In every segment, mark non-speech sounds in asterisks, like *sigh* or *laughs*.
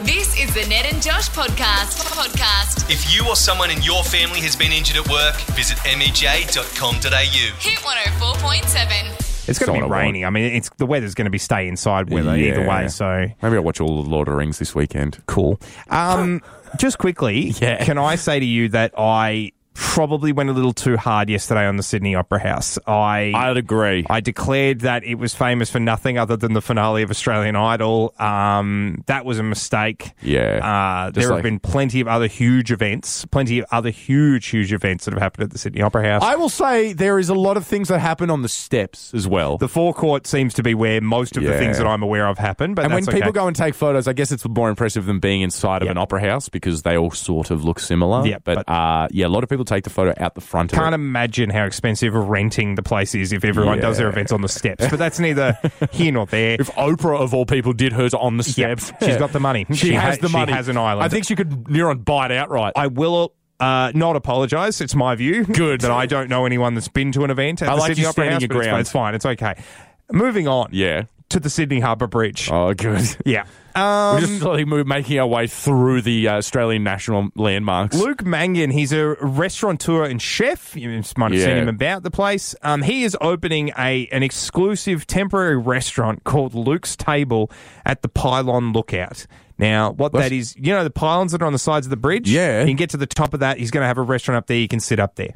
This is the Ned and Josh podcast. Podcast. If you or someone in your family has been injured at work, visit E mej.com.au. Hit 104.7. It's going to That's be all I want. raining. I mean, it's the weather's going to be stay inside weather either Yeah. way. So maybe I'll watch all of the Lord of the Rings this weekend. cool. Um, just *laughs* quickly, Yeah. can I say to you that I probably went a little too hard yesterday on the Sydney Opera House. I I'd agree. I declared that it was famous for nothing other than the finale of Australian Idol. Um, that was a mistake. Yeah. Uh, Just there have like- been plenty of other huge events, plenty of other huge, huge events that have happened at the Sydney Opera House. I will say there is a lot of things that happen on the steps as well. the forecourt seems to be where most of the Yeah. things that I'm aware of happen. But and when that's people okay. go and take photos, I guess it's more impressive than being inside of Yeah. an opera house because they all sort of look similar. Yeah, but, but- uh, yeah, a lot of people take the photo out the front. of can't it. imagine how expensive renting the place is if everyone does their Yeah. events on the steps. But *laughs* that's neither here nor there. If Oprah of all people did hers on the Yep. steps, *laughs* She's got the money. She, She has ha- the she money. has an island. I think she could near on buy it outright. I will uh, not apologise. It's my view. Good. that I don't know anyone that's been to an event at I the like Sydney you Opera standing House. your but it's, ground. it's fine. It's okay. Moving on. yeah. to the Sydney Harbour Bridge. Oh, good. *laughs* Yeah. Um, We're just slowly move- making our way through the uh, Australian national landmarks. Luke Mangan, he's a restaurateur and chef. You might have seen Yeah. him about the place. Um, he is opening a an exclusive temporary restaurant called Luke's Table at the Pylon Lookout. Now, what that is, you know, the pylons that are on the sides of the bridge. Yeah. you can get to the top of that. He's going to have a restaurant up there. You can sit up there.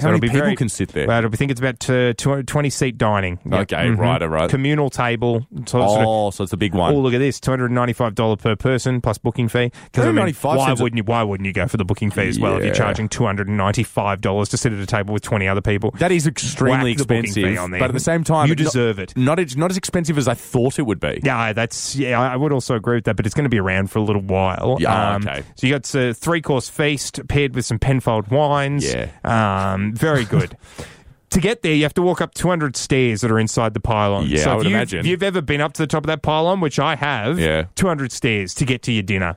How many people can sit there? Well, I think it's about uh, 20 seat dining. Yep. Mm-hmm. Okay, right, all right. Communal table. sort of- sort of- oh, so it's a big one. Oh, look at this! Two hundred and ninety-five dollar per person plus booking fee. Because I mean, $295 why seems a- wouldn't you? Why wouldn't you go for the booking fee as well if you're Yeah. charging two hundred and ninety-five dollars to sit at a table with twenty other people? That is Whack the extremely booking expensive, fee on there. but at the same time, You it's not- deserve it. Not as, not as expensive as I thought it would be. yeah, that's yeah. I I would also agree with that, but it's going to be around for a little while. Um, Yeah, okay. So you got a three-course feast paired with some Penfold wines. Yeah. um, very good. *laughs* To get there, you have to walk up 200 stairs that are inside the pylon. Yeah, so I if would you've, imagine. If you've ever been up to the top of that pylon, which I have, Yeah. 200 stairs to get to your dinner.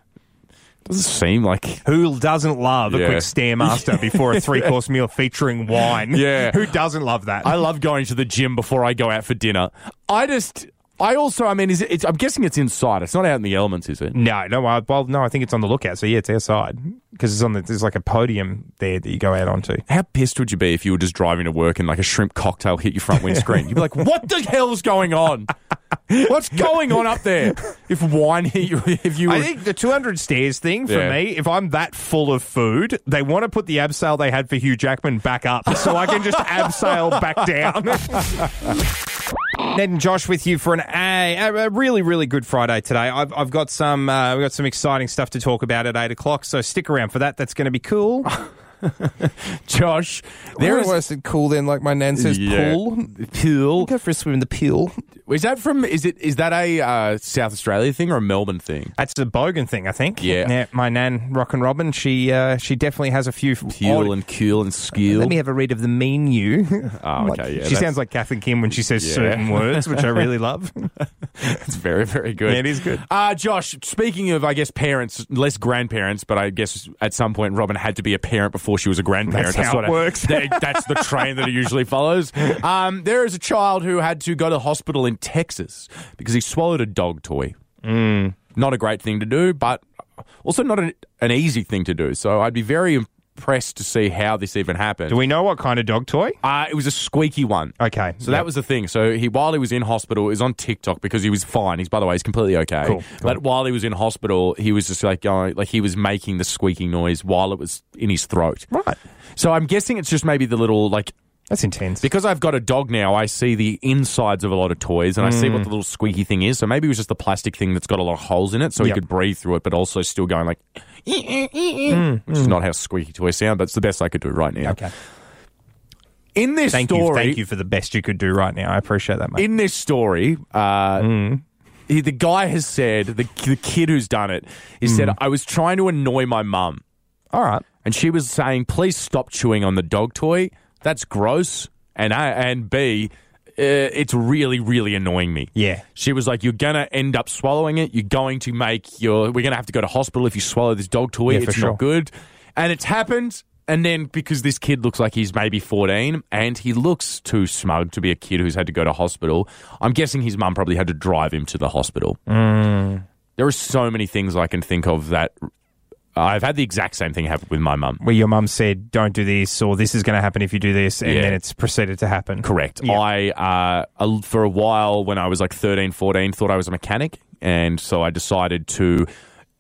doesn't seem like. *laughs* Who doesn't love a Yeah. quick stairmaster *laughs* before a three course meal featuring wine? Yeah. Who doesn't love that? I love going to the gym before I go out for dinner. I just, I also, I mean, is it, it's, I'm guessing it's inside. It's not out in the elements, is it? no, no. I, well, no. I think it's on the lookout. So yeah, it's outside because it's on the. There's like a podium there that you go out onto. How pissed would you be if you were just driving to work and like a shrimp cocktail hit your front windscreen? You'd be like, "What the hell's going on? What's going on up there?" If wine hit you, if you, were, I think the 200 stairs thing for Yeah. me, if I'm that full of food, they want to put the abseil they had for Hugh Jackman back up so I can just abseil back down. *laughs* Ned and Josh with you for an a, a- a really really good Friday today. I've, I've got some uh, we've got some exciting stuff to talk about at eight o'clock, so stick around for that. That's going to be *laughs* cool. Josh, there is said cool then, like my nan Yeah. pool. Go for a swim in the pool. Is that from? Is it? Is that a uh, South Australia thing or a Melbourne thing? That's the Bogan thing, I think. Yeah. my nan, Rock and Robin, she uh, she definitely has a few odd- and cool and skill. Oh, Let me have a read of the menu. *laughs* oh, Like, okay, yeah. she that's- sounds like Kath and Kim when she says Yeah. certain words, which I *laughs* really love. that's very, very good. Yeah, it is good. Uh, Josh, speaking of, I guess, parents, less grandparents, but I guess at some point Robin had to be a parent before she was a grandparent. That's how it what I- works. that- that's *laughs* the train that it usually follows. Um, there is a child who had to go to the hospital in Texas because he swallowed a dog toy. Mm. Not a great thing to do, but also not an, an easy thing to do. So I'd be very impressed to see how this even happened. Do we Oh, know what kind of dog toy? Uh, it was a squeaky one. Okay. So that was the thing. So he, while he was in hospital, it was on TikTok because he was fine. He's, by the way, he's completely okay. Cool, cool. But while he was in hospital, he was just like going, like he was making the squeaking noise while it was in his throat. Right. So I'm guessing it's just maybe the little like That's intense. because I've got a dog now. I see the insides of a lot of toys and I see what Mm. the little squeaky thing is. So maybe it was just the plastic thing that's got a lot of holes in it, so Yep. he could breathe through it, but also still going like, which is not how squeaky toys sound. But it's the best I could do right now. Mm, Okay. In this Thank story, you. Thank you for the best you could do right now. I appreciate that, mate. in this story, uh, he, the guy has said the the kid who's done it. He said, "I was trying to annoy my mum, All right. and she was saying, please stop chewing on the dog toy. That's gross.' And I, and B, uh, it's really really annoying me. Yeah. She was like, "You're gonna end up swallowing it. You're going to make your. We're gonna have to go to hospital if you swallow this dog toy. Yeah, for it's sure. not good." And it's happened. And then because this kid looks like he's maybe 14 and he looks too smug to be a Mm. kid who's had to go to hospital, I'm guessing his mum probably had to drive him to the hospital. There are so many things I can think of that I've had the exact same thing happen with my mum. Where your mum said, don't do this, or this is going to happen if you do this, and Yeah. then it's proceeded to happen. Correct. Yeah. I, uh, a- for a while when I was like 13, 14, thought I was a mechanic. And so I decided to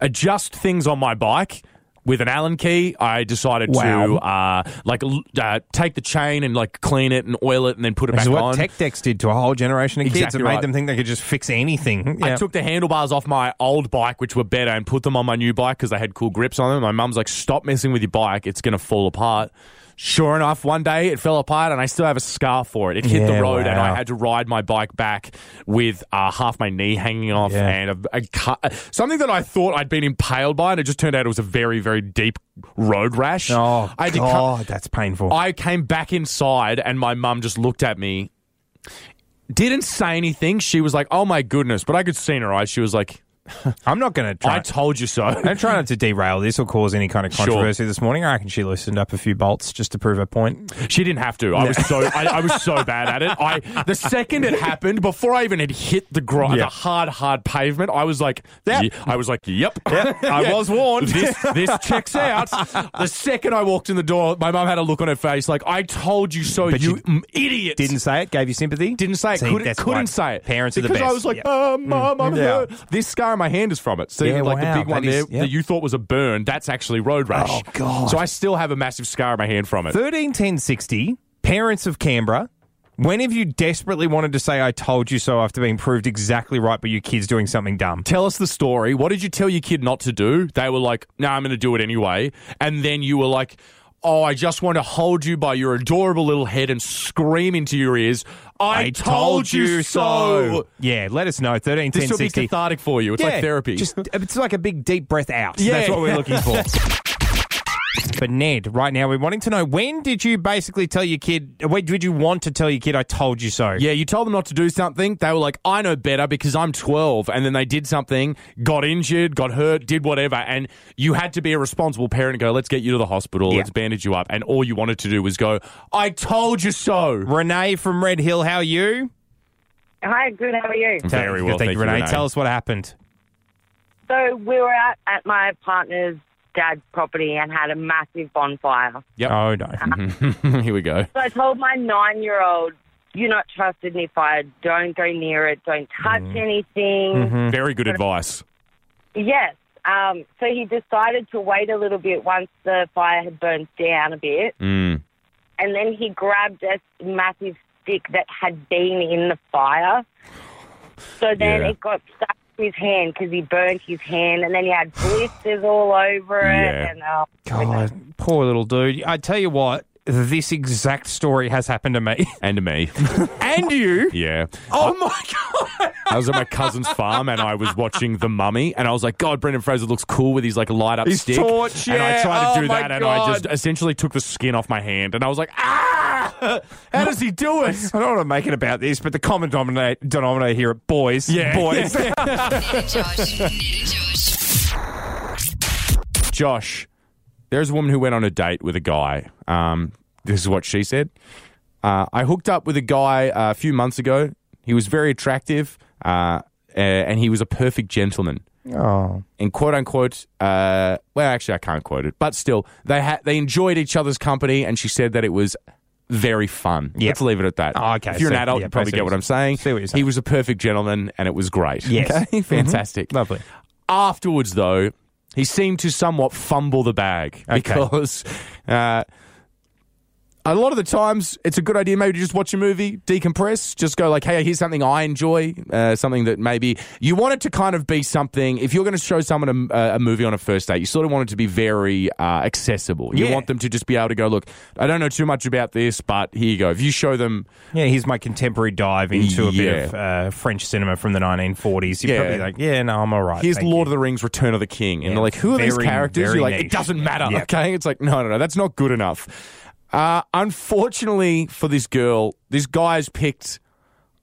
adjust things on my bike with an Allen key. I decided Wow. to, uh, like, l- uh, take the chain and like clean it and oil it and then put it Which back is what on. Tech Dex did to a whole generation of kids. It Exactly made right. them think they could just fix anything. I Mm, Yeah. took the handlebars off my old bike, which were better, and put them on my new bike because they had cool grips on them. My mum's like, "Stop messing with your bike; it's going to fall apart." Sure enough, one day it fell apart, and I still have a scar for it. It hit Yeah, the road, and wow. I had to ride my bike back with uh, half my knee hanging off, Yeah. and a, a cut, uh, something that I thought I'd been impaled by, and it just turned out it was a very, very deep road rash. oh, I had to cut- God, that's painful. I came back inside and my mum just looked at me, didn't say anything. She was like, oh my goodness. But I could see in her eyes, she was like, I'm not going to I try. told you so. I'm trying not to derail this or cause any kind of Sure. controversy this morning. I reckon she loosened up a few bolts just to prove her point. *laughs* She didn't have to. I was so I, I was so bad at it. I the second it happened, before I even had hit the gro- Yeah. the hard, hard pavement, I was like, Yep. "Ye- I was like, yep. *laughs* I Yeah. was warned. *laughs* This this checks out. The second I walked in the door, my mum had a look on her face like, I told you so, But you, you mm, idiot. Didn't say it, gave you sympathy. didn't say it. See, couldn't that's couldn't right. say it. Parents are the because best. I was like, Yeah. Mm. "Oh, mom, I'm Yeah. hurt." This scar on my hand is from it. So Yeah, like wow, the big one that is- there yeah. that you thought was a burn, that's actually road rash. Oh, God. So I still have a massive scar on my hand from it. 13 10 60, parents of Canberra. When have you desperately wanted to say, I told you so after being proved exactly right, but your kid's doing something dumb? Tell us the story. What did you tell your kid not to do? They were like, "No, I'm going to do it anyway." And then you were like, "Oh, I just want to hold you by your adorable little head and scream into your ears, I, told you so." Yeah, let us know. 13 10 This will be 60. cathartic for you. It's like therapy. Just, it's like a big deep breath out. Yeah. That's what we're looking for. *laughs* But Ned, right now we're wanting to know when did you basically tell your kid? When did you want to tell your kid? I told you so. Yeah, you told them not to do something. They were like, I know better because I'm 12. And then they did something, got injured, got hurt, did whatever. And you had to be a responsible parent and go, let's get you to the hospital, Yeah. let's bandage you up. And all you wanted to do was go, I told you so. Renee from Red Hill, how are you? Hi, good. How are you? Very well. Good, thank you, Renee. Tell us what happened. So we were out at my partner's dad's property and had a massive bonfire. Yep. Oh no. *laughs* Here we go. So I told my nine-year-old, "You're not trusted near fire. Don't go near it. Don't touch anything." Very good advice. Yes. Um, so he decided to wait a little bit once the fire had burned down a bit, Mm. and then he grabbed a massive stick that had been in the fire. So then Yeah. it got stuck to his hand because he burnt his hand, and then he had blisters all over it. Yeah. And oh, goodness. God, poor little dude. I tell you what, this exact story has happened to me. *laughs* And to me. *laughs* and you. Yeah. Oh my god. *laughs* I was at my cousin's farm and I was watching The Mummy and I was like, God, Brendan Fraser looks cool with his like light up His stick. torch, and I yeah. tried to Oh, do my that and I just God. essentially took the skin off my hand and I was like, ah, how does he do *laughs* it? I don't want to make it about this, but the common denominator, denominator here at boys, Yeah. boys. Ned and Josh. *laughs* Ned and Josh. Josh, there's a woman who went on a date with a guy. Um, this is what she said. Uh, I hooked up with a guy uh, a few months ago. He was very attractive uh, a- and he was a perfect gentleman. *laughs* oh. and quote unquote, uh, well, actually, I can't quote it, but still, they ha- they enjoyed each other's company, and she said that it was very fun. Let's leave it at that. Oh, okay. If you're So, an adult, yeah, you probably get what I'm saying. see what you're saying. He was a perfect gentleman, and it was great. Yes. Okay? *laughs* Mhm. fantastic, *laughs* Lovely. Afterwards, though, he seemed to somewhat fumble the bag Okay. because. *laughs* Uh, a lot of the times, it's a good idea maybe to just watch a movie, decompress, just go like, hey, here's something I enjoy, uh, something that maybe you want it to kind of be something. If you're going to show someone a, a movie on a first date, you sort of want it to be very uh, accessible. You Yeah. want them to just be able to go, look, I don't know too much about this, but here you go. If you show them, Yeah, here's my contemporary dive into a bit Yeah. of uh, French cinema from the 1940s. You're Yeah. probably like, yeah, no, I'm all right. here's thank Lord of you. the Rings, Return of the King, and they're like, who are these very, characters? very You're like, niche. it doesn't matter, Yeah. okay? It's like, no, no, no, that's not good enough. Uh, unfortunately for this girl, this guy's picked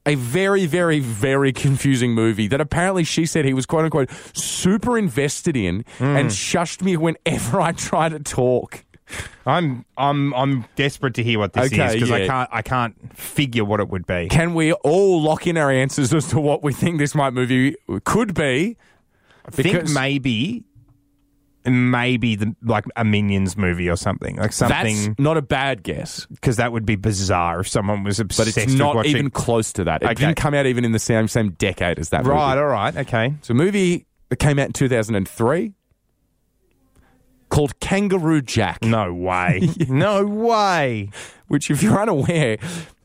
a very, very, very confusing movie that apparently she said he was quote unquote super invested in Hmm. and shushed me whenever I tried to talk. I'm I'm I'm desperate to hear what this Okay, is because I yeah. can't I can't figure what it would be. Can we all lock in our answers as to what we think this might movie could be? Because- think maybe, maybe the like a Minions movie or something, like something, That's not a bad guess, because that would be bizarre if someone was but obsessed it's with not watching. even close to that. It Okay. didn't come out even in the same same decade as that. right, Movie. all right, okay. It's a movie that came out in 2003 called Kangaroo Jack. *laughs* No way, no way. which, if you're unaware,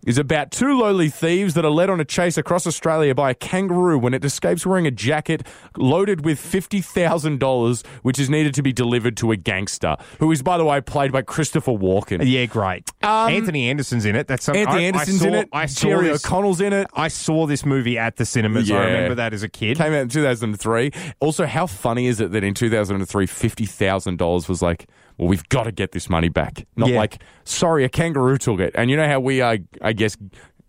is about two lowly thieves that are led on a chase across Australia by a kangaroo when it escapes wearing a jacket loaded with $50,000, which is needed to be delivered to a gangster, who is, by the way, played by Christopher Walken. Yeah, great. Anthony Anderson's in it. That's something. Um, Anthony I- I Anderson's saw- in it. I saw Jerry this- O'Connell's in it. I saw this movie at the cinemas. Yeah. I remember that as a kid. Came out in 2003. Also, how funny is it that in 2003, $50,000 was like, well, we've got to get this money back. Not Yeah. like, sorry, a kangaroo took it. And you know how we are, I guess,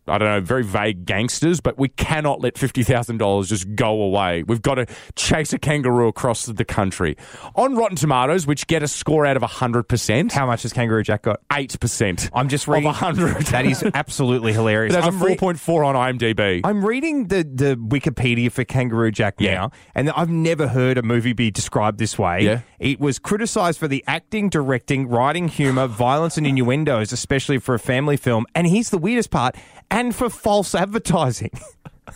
I don't know, very vague gangsters, but we cannot let $50,000 just go away. We've got to chase a kangaroo across the country. On Rotten Tomatoes, which get a score out of 100%, How much has Kangaroo Jack got? 8%. I'm just reading Of 100. *laughs* That is absolutely hilarious. It has a I'm re- 4.4 on IMDb. I'm reading the, the Wikipedia for Kangaroo Jack Yeah. now, and I've never heard a movie be described this way. Yeah. It was criticized for the acting, directing, writing, humor, *laughs* violence, and innuendos, especially for a family film. And here's the weirdest part and for false advertising. *laughs*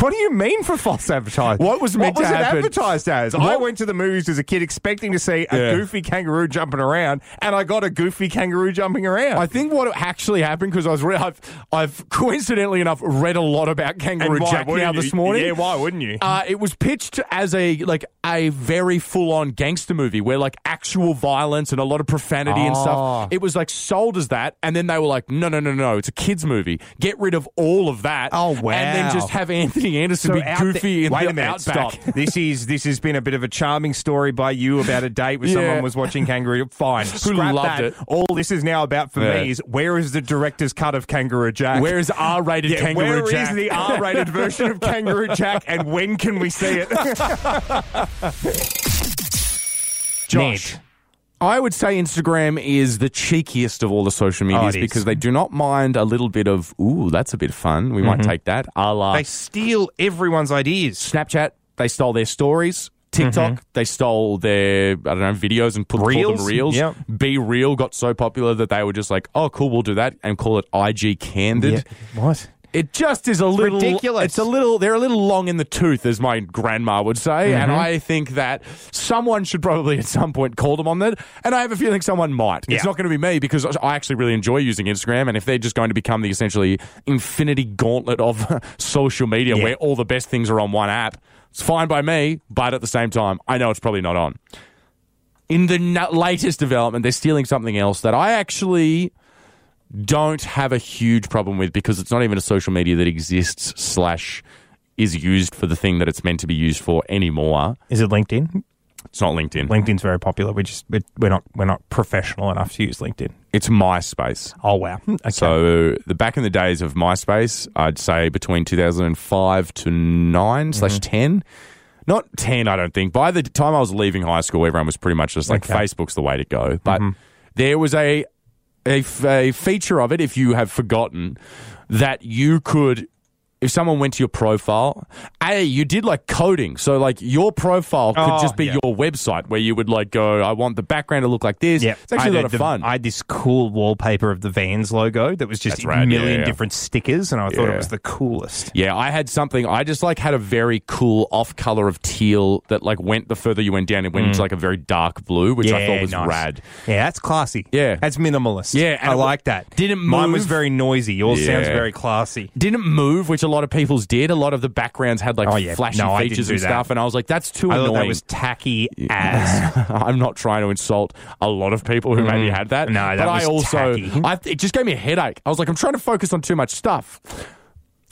What do you mean for false advertising? What was meant what was to it happen? advertised as? I What- went to the movies as a kid expecting to see a Yeah. goofy kangaroo jumping around, and I got a goofy kangaroo jumping around. I think what actually happened because I was re- I've, I've coincidentally enough read a lot about And kangaroo why jack wouldn't now you? this morning. Yeah, why wouldn't you? Uh, it was pitched as a like a very full on gangster movie where like actual violence and a lot of profanity and Ah. stuff. It was like sold as that, and then they were like, no, no, no, no, it's a kids movie. Get rid of all of that. Oh, And then wow. just have Anthony Anderson be out goofy the- in wait the a minute, outback. *laughs* Stop. This is this has been a bit of a charming story by you about a date where Yeah. someone was watching Kangaroo. Fine, who loved that. it. All this is now about for Yeah. me is where is the director's cut of Kangaroo *laughs* Jack? Where is R rated yeah, kangaroo where is jack? the R-rated *laughs* version of Kangaroo Jack, and when can we see it? Josh, I would say Instagram is the cheekiest of all the social Oh, medias it is. because they do not mind a little bit of, ooh, that's a bit fun. We Mm-hmm. might take that. A la they steal everyone's ideas. Snapchat, they stole their stories. Mm-hmm. TikTok, they stole their, I don't know, videos and put called them Reels? reels. Yep. Be Real got so popular that they were just like, oh, cool, we'll do that and call it IG Candid. What? It just is a little ridiculous. It's a little. They're a little long in the tooth, as my grandma would say, and Mm-hmm. I think that someone should probably at some point call them on that. And I have a feeling someone might. Yeah. It's not going to be me because I actually really enjoy using Instagram, and if they're just going to become the essentially infinity gauntlet of *laughs* social media, Yeah. where all the best things are on one app, it's fine by me. But at the same time, I know it's probably not on. In the na- latest development, they're stealing something else that I actually don't have a huge problem with because it's not even a social media that exists slash is used for the thing that it's meant to be used for anymore. Is it LinkedIn? It's not LinkedIn. LinkedIn's very popular. We just we- we're not we're not professional enough to use LinkedIn. it's MySpace. Oh wow. Okay. So the back in the days of MySpace, I'd say between 2005 to Mm-hmm. 9 slash 10. Not 10, I don't think. By the time I was leaving high school, everyone was pretty much just like Okay. Mm-hmm. Facebook's the way to go. But there was a, a, f- a feature of it, if you have forgotten, that you could, if someone went to your profile, A, you did like coding. So like your profile could Oh, just be yeah. your website where you would like go, I want the background to look like this. Yeah, It's actually a I had lot of the- fun. I had this cool wallpaper of the Vans logo that was just That's rad, a million yeah, yeah. different stickers, and I thought Yeah. it was the coolest. Yeah, I had something. I just like had a very cool off color of teal that like went the further you went down, it went into like a very dark blue, which I thought was Mm. nice. rad. Yeah, that's classy. Yeah. that's minimalist. Yeah, and I it wa- like that. didn't mine was move. very noisy. Yours sounds Yeah. very classy. Didn't move, which a lot of people's did. A lot of the backgrounds had like Oh, yeah. flashy No, I didn't features do and that. stuff, and I was like, that's too I thought annoying. that was tacky ass. *laughs* I'm not trying to insult a lot of people who maybe had that. Mm. No, that but I was also tacky. I, it just gave me a headache. I was like, I'm trying to focus on too much stuff.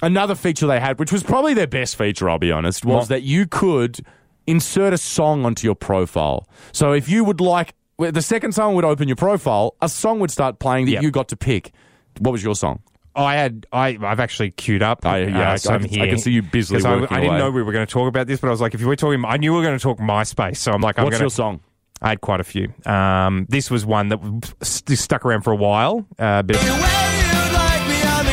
Another feature they had, which was probably their best feature, I'll be honest, was that you could insert a song onto your profile. So if you would like, well, the second someone would open your profile, a song would start playing that Yep. you got to pick. What was your song? I had I I've actually queued up. uh, I- yeah, I- I some can- I here. can see you busily 'Cause I, working I didn't away. know we were going to talk about this, but I was like, if you were talking, I knew we were going to talk MySpace, so I'm like, I'm What's gonna, your song? I had quite a few. Um, this was one that st- stuck around for a while. Uh, a bit of-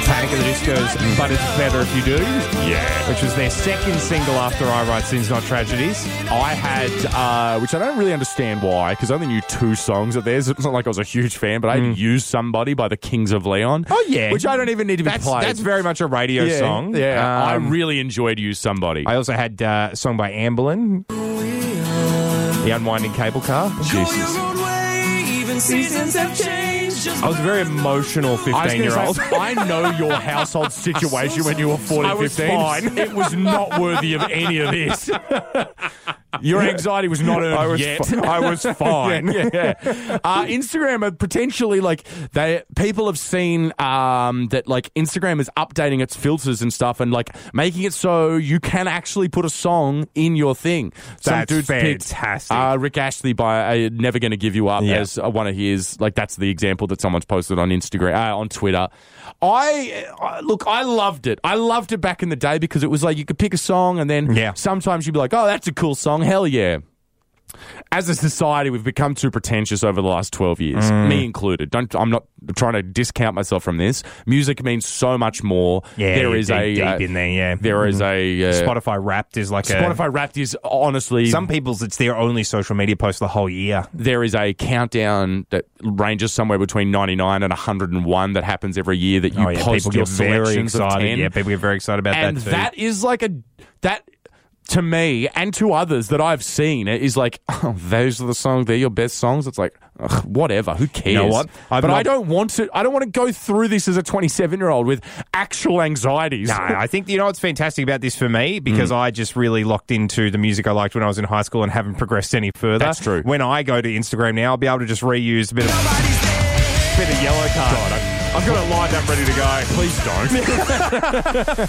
Panic at the Disco's But It's Better If You Do. Yeah. Which was their second single after I Write Sins Not Tragedies. I had, uh, which I don't really understand why, because I only knew two songs of theirs. It's not like I was a huge fan, but I had used Somebody by the Kings of Leon. Mm. Oh, yeah. Which I don't even need to be That's, played. that's very much a radio yeah, song. Yeah. Um, I really enjoyed Use Somebody. I also had uh, a song by Amberlin, The Unwinding Cable Car. Jesus. I was a very emotional 15 year old. *laughs* I know your household situation when you were 14, I was 15. *laughs* fine. It was not worthy of any of *laughs* this. Your anxiety was not earned I was yet. fi- *laughs* I was fine. yeah, yeah, *laughs* yeah. Uh, Instagram are potentially like they people have seen um, that like Instagram is updating its filters and stuff and like making it so you can actually put a song in your thing. That's picked, fantastic. uh, Rick Ashley by uh, "Never Gonna Give You Up" Yeah. as uh, one of his. Like that's the example that someone's posted on Instagram uh, on Twitter. I uh, look, I loved it. I loved it back in the day because it was like you could pick a song and then Yeah. sometimes you'd be like, "Oh, that's a cool song, hell yeah." As a society, we've become too pretentious over the last twelve years, Mm. me included. Don't I'm not trying to discount myself from this. Music means so much more. Yeah, there you're is deep, a deep uh, in there, yeah. Mm-hmm. there is a uh, Spotify Wrapped is like a. Spotify Wrapped is honestly Some people's it's their only social media post the whole year. there is a countdown that ranges somewhere between 99 and 101 that happens every year that you oh yeah, post people your get very selections of excited. 10. Yeah, people get very excited about and that too. that is like a that to me and to others that I've seen it is like *laughs* oh, those are the songs they're your best songs it's like ugh, whatever who cares know what? I've but I not- don't want to I don't want to go through this as a 27 year old with actual anxieties No, I think you know what's fantastic about this for me because I just really locked into the music I liked when I was in high school and haven't progressed any further. That's true. When I go to Instagram now, I'll be able to just reuse a bit of bit of yellow card. I've got it lined up ready to go. Please don't.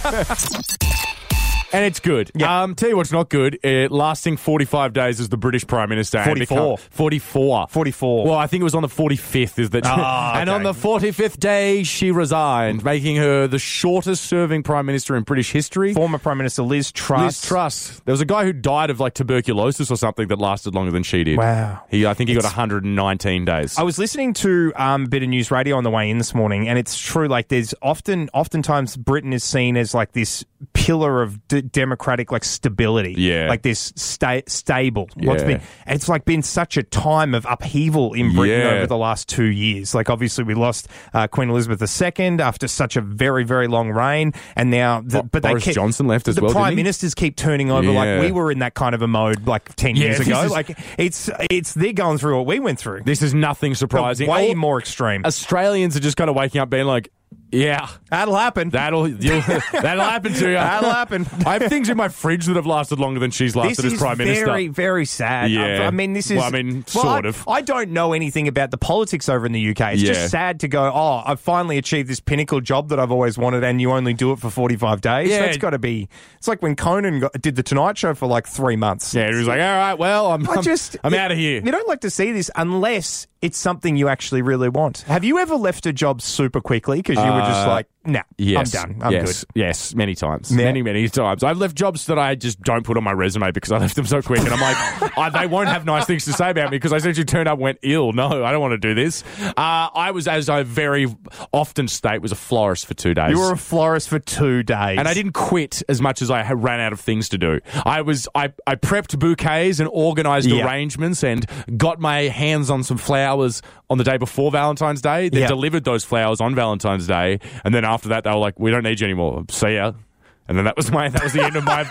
And it's good. Um, tell you what's not good. Uh, lasting 45 days as the British Prime Minister. and 44. become- 44. 44. Well, I think it was on the 45th. Is that? Ah, *laughs* and okay. on the 45th day, she resigned, making her the shortest serving Prime Minister in British history. Former Prime Minister Liz Truss. Liz Truss. There was a guy who died of like tuberculosis or something that lasted longer than she did. Wow. Oh. He, I think he got 119 days. I was listening to um, a bit of news radio on the way in this morning, and it's true. Like, there's often, oftentimes, Britain is seen as like this pillar of d- democratic like stability. Yeah. like this sta- stable. What's Yeah. been? It's like been such a time of upheaval in Britain Yeah. over the last two years. Like, obviously, we lost uh, Queen Elizabeth II after such a very, very long reign, and now, the, Bo- but they Boris keep- Johnson left as the well, Prime didn't he? ministers keep turning over. Yeah. Like we were in that kind of a mode like ten Yeah, years this ago. is- like it's it's they're going through what we went through. this is nothing surprising. Way All- more extreme. Australians are just kind of waking up being like, yeah. That'll happen. That'll *laughs* you'll, that'll happen to you. That'll happen. *laughs* I have things in my fridge that have lasted longer than she's lasted this as is prime minister. very, very sad. Yeah. I mean, this is. Well, I mean, Well, sort I- of. I don't know anything about the politics over in the UK. It's Yeah. just sad to go. Oh, I've finally achieved this pinnacle job that I've always wanted, and you only do it for forty-five days. Yeah. That's got to be. It's like when Conan got, did the Tonight Show for like three months. yeah, he was like, all right, well, I'm, I I'm just, I'm you- out of here. You don't like to see this unless it's something you actually really want. Have you ever left a job super quickly because you were just Uh, like, nah, Yes, I'm done, I'm yes, good. Yes, many times, Yeah. many, many times. I've left jobs that I just don't put on my resume because I *laughs* left them so quick, and I'm *laughs* like, I, they won't have nice things to say about me because I essentially turned up, and went ill. No, I don't want to do this. Uh, I was, as I very often state, was a florist for two days. You were a florist for two days, And I didn't quit as much as I had ran out of things to do. I was I, I prepped bouquets and organized Yeah. arrangements and got my hands on some flowers on the day before Valentine's Day. They Yeah. delivered those flowers on Valentine's Day, and then after that they were like, "We don't need you anymore. See ya." And then that was my that was the end of *laughs* my.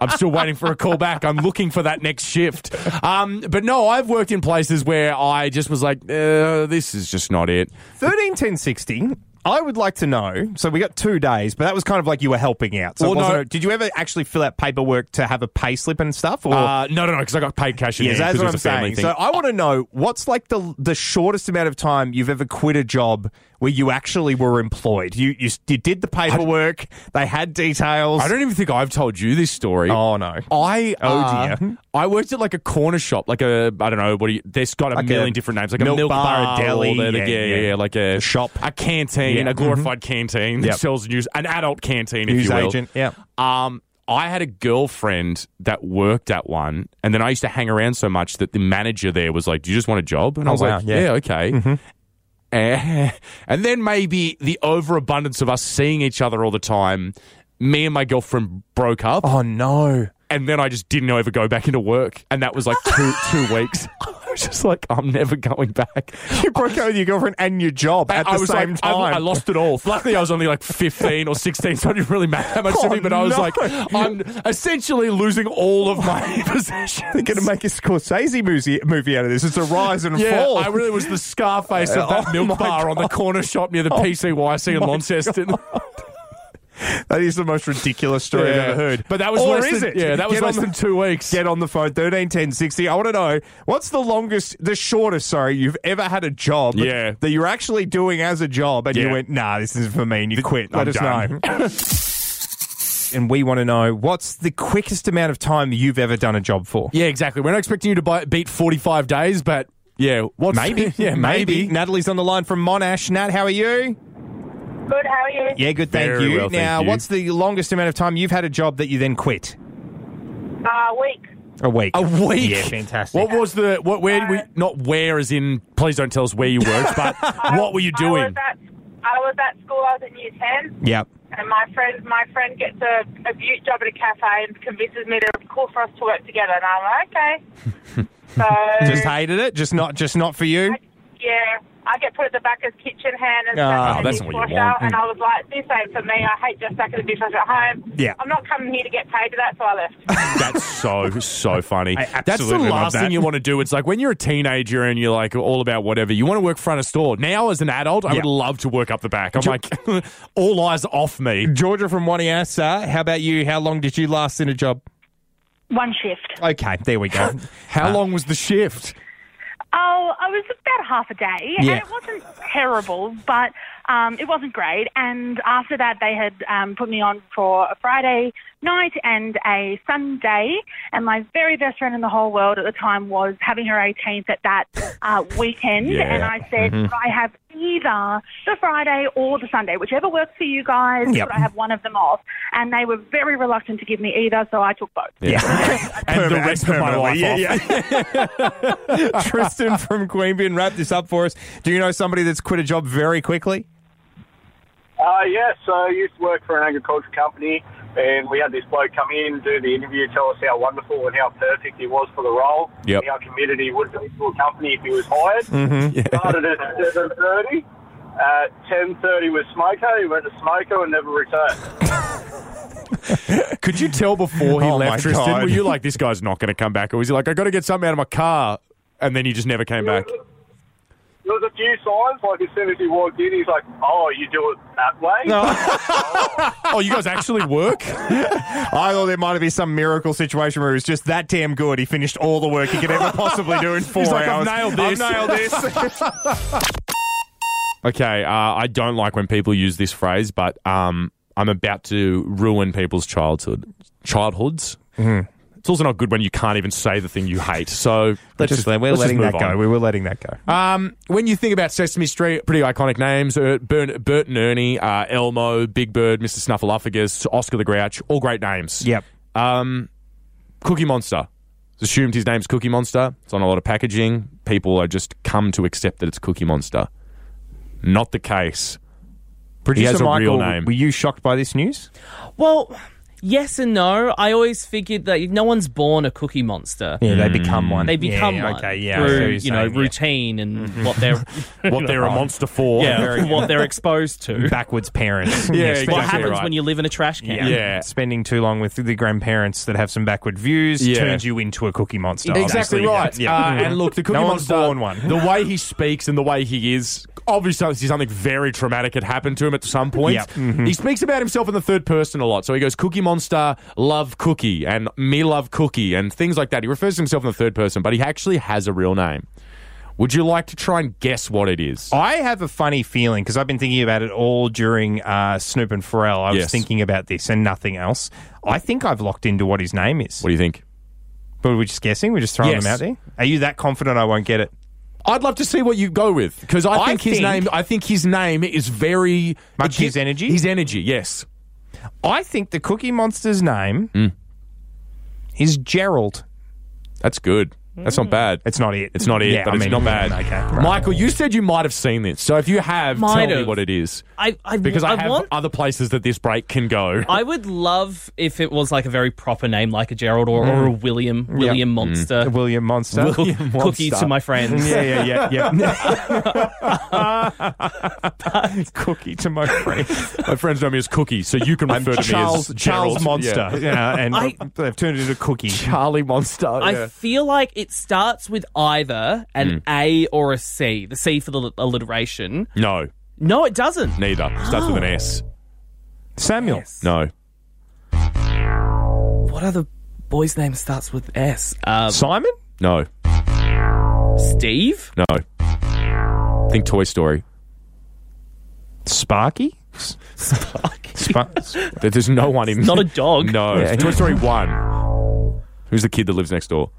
I'm still waiting for a call back. I'm looking for that next shift. Um, but no, I've worked in places where I just was like, uh, "This is just not it." Thirteen ten sixty. I would like to know. So we got two days, but that was kind of like you were helping out. So Well, it wasn't no. a- did you ever actually fill out paperwork to have a pay slip and stuff? Or Uh, no, no, no, because I got paid cash in yeah, hand that's 'cause it what was I'm a family saying. thing. So I want to know what's like the the shortest amount of time you've ever quit a job where you actually were employed. You you, you did the paperwork. they had details. I don't even think I've told you this story. Oh no. I Oh, uh, dear. I worked at like a corner shop, like a I don't know what do you, there's got a Like a million different names, like a milk milk bar, a bar, deli, all that, yeah, like, yeah, yeah, yeah. yeah, like a A shop. a canteen, Yeah, mm-hmm. a glorified canteen that Yep. sells news, an adult canteen, if News you will. agent, yeah. Um, I had a girlfriend that worked at one, and then I used to hang around so much that the manager there was like, "Do you just want a job?" And I Oh, was wow, like, yeah. "Yeah, okay." And, *laughs* and then maybe the overabundance of us seeing each other all the time, me and my girlfriend broke up. Oh no. And then I just didn't ever go back into work. And that was like two, *laughs* two weeks. I was just like, I'm never going back. You broke up with your girlfriend and your job at I the was same like, I- time. I, lost it all. Luckily, I was only like 15 or 16, so it didn't really matter that much Oh, to me. But I was no. like, I'm essentially losing all of *laughs* my They're possessions. going to make a Scorsese movie, movie out of this. It's a rise and Yeah, fall. I really was the Scarface of that Oh, my Oh milk bar on the corner shop near the PCYC in Launceston. *laughs* that is the most ridiculous story I've Yeah. ever heard. But that was or less is than- it? yeah, that was Get on less the- than two weeks. Get on the phone, thirteen ten sixty. I want to know what's the longest, the shortest, sorry, you've ever had a job Yeah. that you're actually doing as a job, and you Yeah. went, "Nah, this isn't for me," and you quit. Let I'm us done. *laughs* know. and we want to know what's the quickest amount of time you've ever done a job for. Yeah, exactly. We're not expecting you to buy, beat 45 days, but yeah, what's Maybe, *laughs* yeah, maybe. Natalie's on the line from Monash. Nat, how are you? Good, how are you? Yeah, good. Thank Very you. well, thank now, you. what's the longest amount of time you've had a job that you then quit? Uh, week. A week. A week. Yeah, fantastic. What was the what? Where did we not where as in? Please don't tell us *laughs* where you worked, but what were you I was, doing? at, I was at school, I was in year 10, Yep. and my friend my friend gets a, a beaut job at a cafe and convinces me to call for us to work together, and I'm like, okay. *laughs* So, Just hated it. Just not. Just not for you. yeah, I get put at the back as kitchen hand and Ah, stuff in the that's not what you dishwasher, want. and I was like, this ain't for me, I hate just stacking the dishwasher at home. Yeah. I'm not coming here to get paid for that, so I left. That's so so funny. I That's the absolutely love last that. thing you want to do. It's like when you're a teenager and you're like all about whatever. You want to work front of store. Now as an adult, I Yeah. would love to work up the back. I'm like, *laughs* all eyes off me. *laughs* Georgia from Waniasa, how about you? How long did you last in a job? One shift. Okay, there we go. How long was the *laughs* shift? Oh, I was about half a day, Yeah. and it wasn't terrible, but um, it wasn't great. And after that, they had um, put me on for a Friday night and a Sunday. And my very best friend in the whole world at the time was having her 18th at that uh, weekend. Yeah. And I said, Mm-hmm. I have either the Friday or the Sunday, whichever works for you guys, Yep. but I have one of them off. And they were very reluctant to give me either, so I took both. yeah. And the rest of my life off. *laughs* Tristan from Queanbeyan, wrap this up for us. Do you know somebody that's quit a job very quickly? Uh, yeah, so I used to work for an agriculture company, and we had this bloke come in, do the interview, tell us how wonderful and how perfect he was for the role, Yep. and how committed he would be to a company if he was hired. Started at 7.30. At 10.30 with Smoko, he went to Smoko and never returned. Could you tell before he Oh my left, Tristan? God. Were you like, this guy's not going to come back? Or was he like, I got to get something out of my car? And then you just never came back. There was a few signs, like as soon as he walked in, he's like, oh, you do it that way? Oh, you guys actually work? *laughs* I thought there might be some miracle situation where he was just that damn good. He finished all the work he could ever possibly do in *laughs* four He's like, hours. "I've nailed this." I've nailed this. *laughs* Okay, uh, I don't like when people use this phrase, but um, I'm about to ruin people's childhood childhoods. Mm-hmm. It's also not good when you can't even say the thing you hate. So let's just we're let's just letting that move go. on. We were letting that go. Um, when you think about Sesame Street, pretty iconic names: uh, Bert, Bert and Ernie, uh, Elmo, Big Bird, Mr. Snuffleupagus, Oscar the Grouch. All great names. Yep. Um, Cookie Monster. It's assumed his name's Cookie Monster. It's on a lot of packaging. People are just come to accept that it's Cookie Monster. Not the case. Producer has a real Michael, name. were you shocked by this news? *laughs* Well, yes and no. I always figured that if no one's born a cookie monster. Yeah, Hmm. they become one. They become yeah, one Okay, yeah. I see what through you're you know saying, yeah. Mm-hmm. routine and what they're *laughs* What they're a monster for. *laughs* yeah what they're exposed to. backwards parents. Yeah, Yes, What exactly happens right. when you live in a trash can? Yeah. Yeah. Spending too long with the grandparents that have some backward views Yeah. turns you into a cookie monster. Exactly obviously. right. Yeah. Uh, and look, the Cookie No one's Monster, born one. the way he speaks and the way he is, obviously something very traumatic had happened to him at some point. Yep. He speaks about himself in the third person a lot. So he goes, Cookie Monster, love Cookie, and me love Cookie, and things like that. He refers to himself in the third person, but he actually has a real name. Would you like to try and guess what it is? I have a funny feeling because I've been thinking about it all during uh, Snoop and Pharrell. I was Yes. thinking about this and nothing else. I think I've locked into what his name is. What do you think? But we're just guessing. We're just throwing Yes. them out there. Are you that confident I won't get it? I'd love to see what you go with because I, I think his think- name. I think his name is very Much it gi- his energy? His energy, yes. I think Mm. the Cookie Monster's name is Gerald. That's good. That's not bad. It's not it. It's not it, Yeah, but I it's mean, not bad. Okay. Michael, you said you might have seen this. So if you have, Might tell me have. what it is. I, I, Because I, have want. other places that this break can go. I would love if it was like a very proper name, like a Gerald or, or a Mm. William, William Monster. William Monster. Cookie to my friends. Yeah, yeah, yeah, *laughs* yeah. Cookie to my friend. My friends know me as Cookie, so you can refer to Charles me as Charles Gerald. Monster. Yeah. *laughs* Yeah, and I- they've turned it into Cookie. Charlie Monster. I yeah. feel like it starts with Mm. either an A or a C. The C for the alliteration. No, No, it doesn't. neither. Starts with an S. Samuel. No. What other boy's name starts with S? Uh, Simon? No. Steve? No. Think Toy Story. Sparky? *laughs* Sparky. There- There's no one in *laughs* Not a dog. *laughs* No. Yeah. Toy Story 1. Who's the kid that lives next door?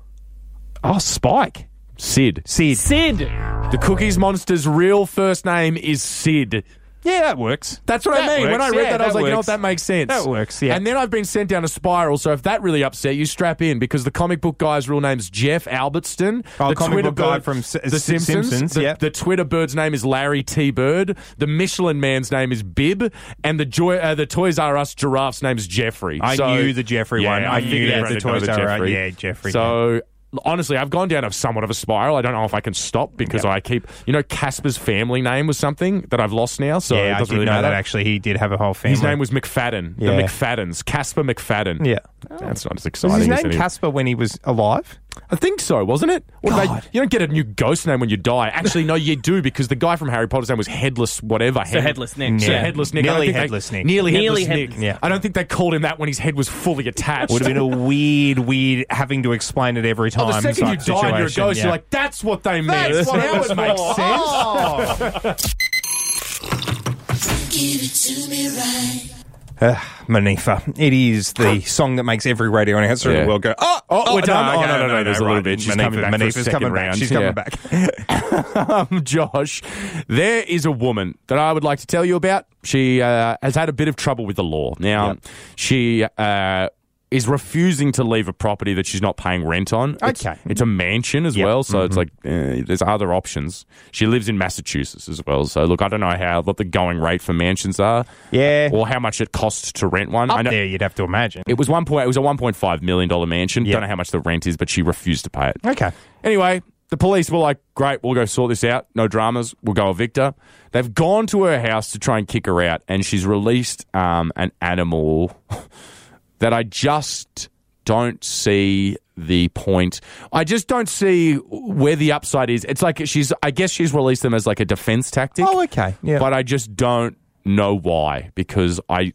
oh, Spike. Sid. Sid. Sid. The Cookies Monster's real first name is Sid. Yeah, that works. That's what I That mean. when I works, read yeah, that, I was that like, you know what, works. that makes sense. That works, yeah. And then I've been sent down a spiral. So if that really upset you, strap in because the comic book guy's real name's Jeff Albertston. Oh, the comic book guy from S- The S- Simpsons. Simpsons, the, yeah. the Twitter bird's name is Larry T. Bird. The Michelin man's name is Bib, and the joy, uh, the Toys R Us giraffe's name is Jeffrey. I So- knew the Jeffrey yeah, one. I knew figured you out the had to know Toys the R Us. Yeah, Jeffrey. So. Honestly, I've gone down a somewhat of a spiral. I don't know if I can stop because I keep, you know, Casper's family name was something that I've lost now, so it yeah, I doesn't did really know matter. that actually. He did have a whole family. His name was McFadden. Yeah. The McFaddens. Casper McFadden. Yeah. That's not as Was exciting. his as name it is. Casper when he was alive? I think so, wasn't it? Or they- God. you don't get a new ghost name when you die. Actually, no, you do because the guy from Harry Potter's name was Headless whatever. So Headless Nick. So Yeah. Headless Nick. I Nearly don't think they- Headless Nick. Nearly, Nearly Headless Headless Nick. Nick. I don't think they called him that when his head was fully attached. Would have been a weird, weird having to explain it every time. Oh, the second you type die and you're a situation, ghost, yeah. you're like, that's what they meant. That's what This it makes was. sense. *laughs* Give it to me right. Ah, Manifa. It is the song that makes every radio announcer in Yeah. the world go, oh, Oh, we're done. No, Oh, okay, no, no, no, there's a little right. bit. She's Manifa, coming back for a Manifa's second coming back. round. She's Yeah. coming back. Oh. *laughs* um, Josh, there is a woman that I would like to tell you about. She uh, has had a bit of trouble with the law. Now, she uh, is refusing to leave a property that she's not paying rent on. It's, Okay. it's a mansion as Yep. Mm-hmm. well, so it's like eh, there's other options. She lives in Massachusetts as well, so look, I don't know how what the going rate for mansions are, Yeah. or how much it costs to rent one. I Up know, there, you'd have to imagine. It was one point. It was a one point five million dollar mansion. Yeah. Don't know how much the rent is, but she refused to pay it. Okay. Anyway, the police were like, great, we'll go sort this out. No dramas. We'll go evict her. They've gone to her house to try and kick her out, and she's released um, an animal *laughs* that I just don't see the point. I just don't see where the upside is. It's like she's, I guess she's released them as like a defense tactic. Oh, okay. Yeah. But I just don't know why because I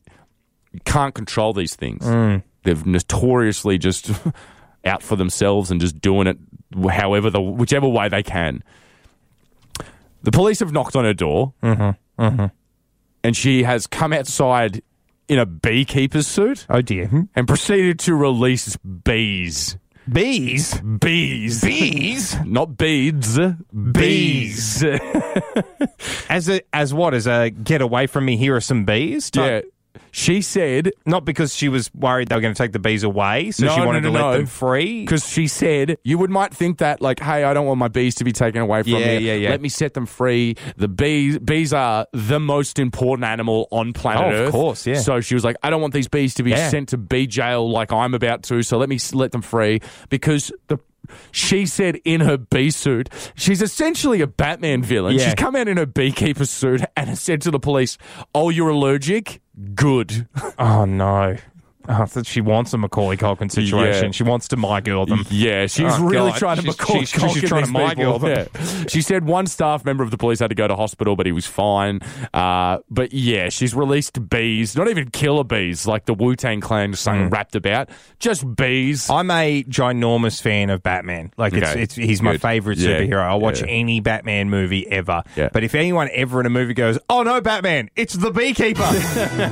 can't control these things. They've notoriously just *laughs* out for themselves and just doing it however the whichever way they can. The police have knocked on her door, mm-hmm. Mm-hmm. and she has come outside in a beekeeper's suit oh, dear. Hmm. and proceeded to release bees. Bees? Bees. Bees? Not beads. Bees. As a, as what? As a get away from me, here are some bees? type- yeah. She said Not because she was worried they were going to take the bees away, so No, she no, wanted no, to let no. them free. because she said you would might think that like hey i don't want my bees to be taken away from Yeah, me yeah, yeah. let me set them free the bees bees are the most important animal on planet Oh, of earth course, yeah. so she was like i don't want these bees to be Yeah. sent to bee jail like i'm about to so let me s- let them free because the she said in her bee suit, she's essentially a Batman villain. Yeah. She's come out in her beekeeper suit and has said to the police, Oh, you're allergic? Good. Oh, no. Oh, so she wants a Macaulay Culkin situation. Yeah. She wants to my girl them. Yeah, she's Oh, really God. trying to She's- Macaulay she's- she's Culkin trying to these my people. girl. Yeah. *laughs* She said one staff member of the police had to go to hospital, but he was fine. Uh, but yeah, she's released bees, not even killer bees, like the Wu Tang Clan sung rapped about, just bees. I'm a ginormous fan of Batman. Like it's, Okay. it's he's my Good. favorite Yeah. superhero. I'll watch Yeah. any Batman movie ever. Yeah. But if anyone ever in a movie goes, "Oh no, Batman! It's the Beekeeper,"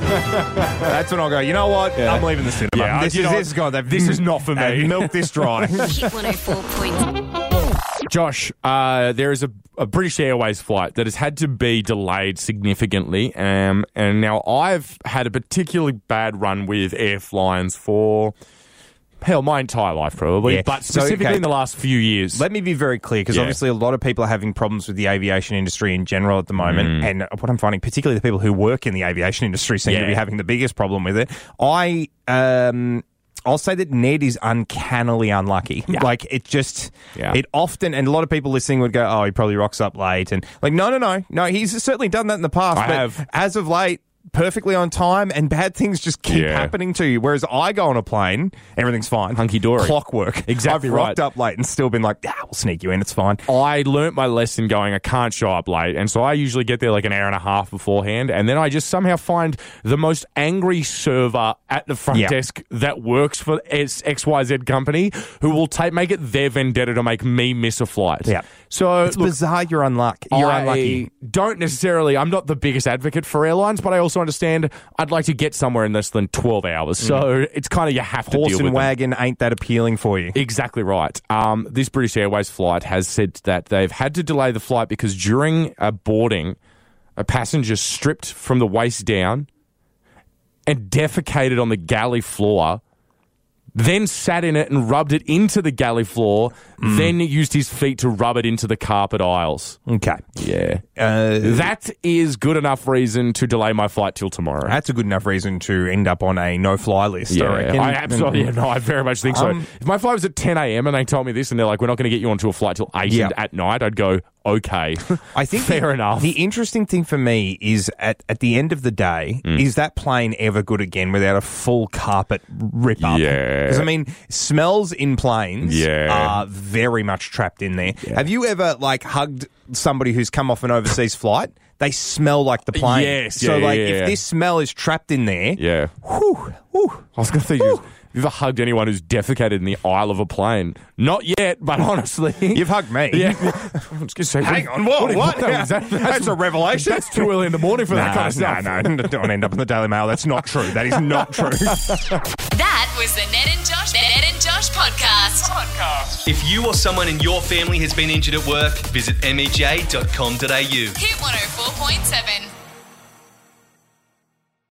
*laughs* that's when I'll go. You know what? I'm leaving the cinema. Yeah, this, you is, know what? this, is gone. They've- This is not for they've me. Milk *laughs* this dry. Hit 104.7. Josh, uh, there is a, a British Airways flight that has had to be delayed significantly. Um, and now I've had a particularly bad run with airlines for hell, my entire life probably, Yeah. but So, specifically okay. in the last few years. Let me be very clear because Yeah. obviously a lot of people are having problems with the aviation industry in general at the moment. Mm. And what I'm finding, particularly the people who work in the aviation industry, seem to Yeah. be having the biggest problem with it. I, um, I'll say that Ned is uncannily unlucky. Like it just, Yeah. it often, and a lot of people listening would go, "Oh, he probably rocks up late," and like, no, no, no, no. He's certainly done that in the past. I but have. as of late. Perfectly on time, and bad things just keep Yeah. happening to you. Whereas I go on a plane, everything's fine, Hunky dory. clockwork. *laughs* Exactly I've rocked right. up late and still been like, ah, we'll sneak you in. It's fine. I learnt my lesson going, I can't show up late. And so I usually get there like an hour and a half beforehand. And then I just somehow find the most angry server at the front Yeah. desk that works for S- XYZ company who will take, make it their vendetta to make me miss a flight. Yeah. So It's look, bizarre. You're unlucky. You're I unlucky. Don't necessarily. I'm not the biggest advocate for airlines, but I also understand I'd like to get somewhere in less than 12 hours. So it's kind of you have to Mm. Horse deal with and them. wagon ain't that appealing for you. Exactly right. Um, this British Airways flight has said that they've had to delay the flight because during a boarding, a passenger stripped from the waist down and defecated on the galley floor, then sat in it and rubbed it into the galley floor, then used his feet to rub it into the carpet aisles. Okay. Yeah. Uh, That is good enough reason to delay my flight till tomorrow. that's a good enough reason to end up on a no fly list, Yeah, I reckon. I absolutely yeah, *laughs* no, I very much think Um, so. If my flight was at 10 a.m. and they told me this and they're like, we're not going to get you onto a flight till 8 Yeah. and at night, I'd go, okay. *laughs* I think fair the, enough. The interesting thing for me is at, at the end of the day, is that plane ever good again without a full carpet rip up? Yeah. Because I mean, smells in planes Yeah. are very much trapped in there. Have you ever like hugged somebody who's come off an overseas flight? They smell like the plane. Yes, So yeah, like yeah, if yeah. this smell is trapped in there, yeah. whew, whew, I was going to think, you, you've ever hugged anyone who's defecated in the aisle of a plane? Not yet, but *laughs* honestly. you've hugged me. *laughs* Yeah. *laughs* I was gonna say, Hang on, what? What? that was- that- *laughs* That's a revelation. That's too early in the morning for that Nah, kind of stuff. nah, nah, don't end up in the Daily Mail. That's not true. That is *laughs* not true. That was the Ned and Josh Ned and Josh podcast. If you or someone in your E oh family has been injured at work, visit mej.com.au. Hit 104.7.